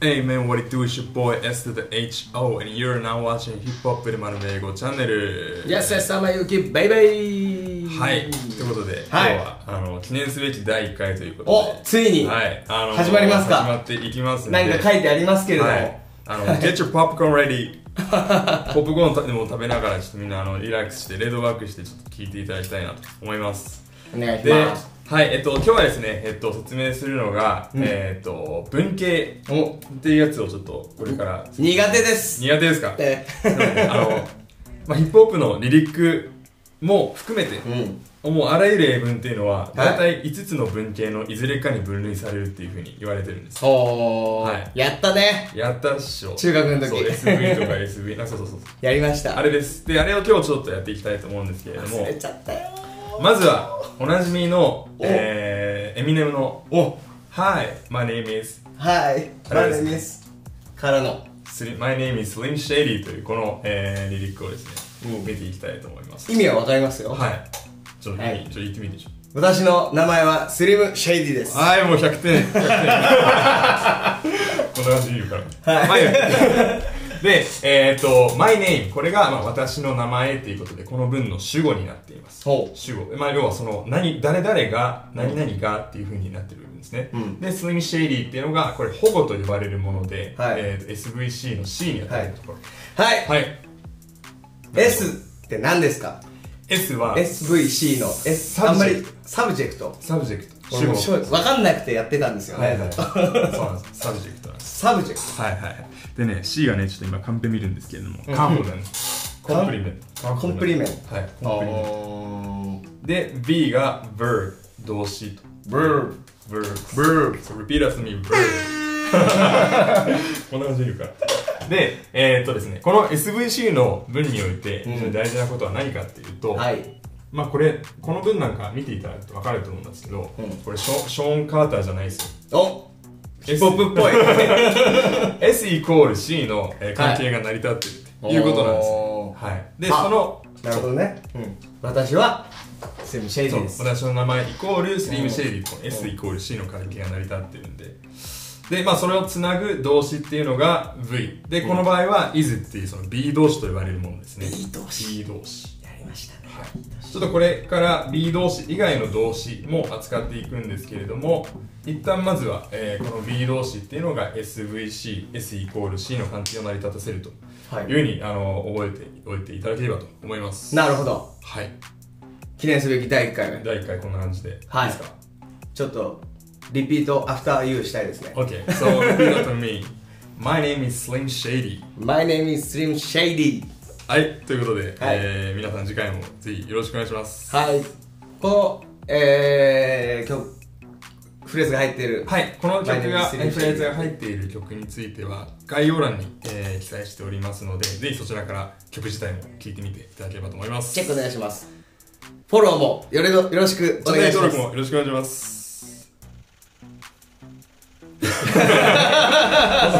Hey man, what it do? It's your boy S to the HO and you're now watching Hip Hop ルマルメ英語チャンネル Yes, yes, I'm a Yuki, baby! はい、ということで、はい今日はあの記念すべき第1回ということおで、ついに、はい、あの始まりますか始まっていきますんで何か書いてありますけれども、はい、あ の Get your popcorn ready ポップコーンでも食べながらちょっとみんなあのリラックスしてレッドバックしてちょっと聞いていただきたいなと思いますお願いしで、ます。はい、えっと、今日はですね、えっと、説明するのが、うんえっと、文系おっていうやつをちょっとこれから苦手です苦手ですかえあの、まあ、ヒップホップのリリックも含めて、うん。もうあらゆる英文っていうのは、はい大体5つの文系のいずれかに分類されるっていうふうに言われてるんです。ほー、はいやったねやったっしょ。中学の時そう、SV とか SV、な、そうそうそう。やりました。あれです。で、あれを今日ちょっとやっていきたいと思うんですけれど忘もれ、ちゃったよ。まずは、おなじみの、えー、エミネムの、お Hi, my name is はい、あれですねす。からの。 Slim- My name is Slim Shady というこの、えー、リリックをですね、うん見ていきたいと思います。意味はわかりますよ。はい。ちょっと、はいちょっと言ってみてちょっと私の名前はスリム・シェイディです。ははい、もう100点。100点 こんな感じで言うから。。はい で、えっ、と、my name。これが、まあ、私の名前っていうことで、この文の主語になっています。ほう主語。まあ、要はその、何、誰々が、何々がっていう風になってる部分ですね。うんで、スイミシェイリーっていうのが、これ、保護と呼ばれるもので、はいえーと SVC の C に当たるところ。い、はい。 S って何ですか S は、 ?SVC の S、サあんブまジェりサブジェクト。サブジェクト。俺もしょわかんなくてやってたんですよはいねは。い。そうなんです。サブジェクトなんです。サブジェクはいはいはいでね C がねちょっと今カンペ見るんですけれども、カンプリメントカコンンプリメントコンプリメントはいト。コンプリメンおー。トで B が verb 動詞と Verb verb Verb so repeat after me verb こんな感じで言うからでえー、っとですねこの SVC の文においてうん非常に大事なことは何かっていうと、はい。まあこれこの文なんか見ていただくと分かると思うんですけど、うんこれショショーン・カーターじゃないですよおヒッポップっぽい S イコール C のえー関係が成り立ってるっていうことなんですよお。はい。で、あその、 なるほどね。うん。私は、セムシェイデそうィです。私の名前イコールスリームシェイディー、このん S イコール C の関係が成り立ってるんで。で、まあ、それをつなぐ動詞っていうのが V。で、この場合は is っていうその B 動詞と言われるものですね。 B 動詞 B 動詞。やりましたね。ちょっとこれから B 動詞以外の動詞も扱っていくんですけれども一旦まずは、えーこの B 動詞っていうのが SVC、S イコール C の関係を成り立たせるとはいいうふうに、あの覚えておいていただければと思います。なるほど。はい。記念すべき第1回目。第1回こんな感じで。はいいですかちょっと、リピートアフターユーしたいですね。 ?OK。So, repeat after me. My name is Slim Shady. My name is Slim Shady。はい。ということで、はいえー皆さん次回もぜひよろしくお願いします。はい。この、えー、曲、フレーズが入っている。はい、この曲来年が、リリースフレーズが入っている曲については、概要欄に、えー記載しておりますので、ぜひそちらから曲自体も聴いてみていただければと思います。チェックお願いします。フォローもよろよろしくチおャンネル願いしま登録。すもよろしくお願いします。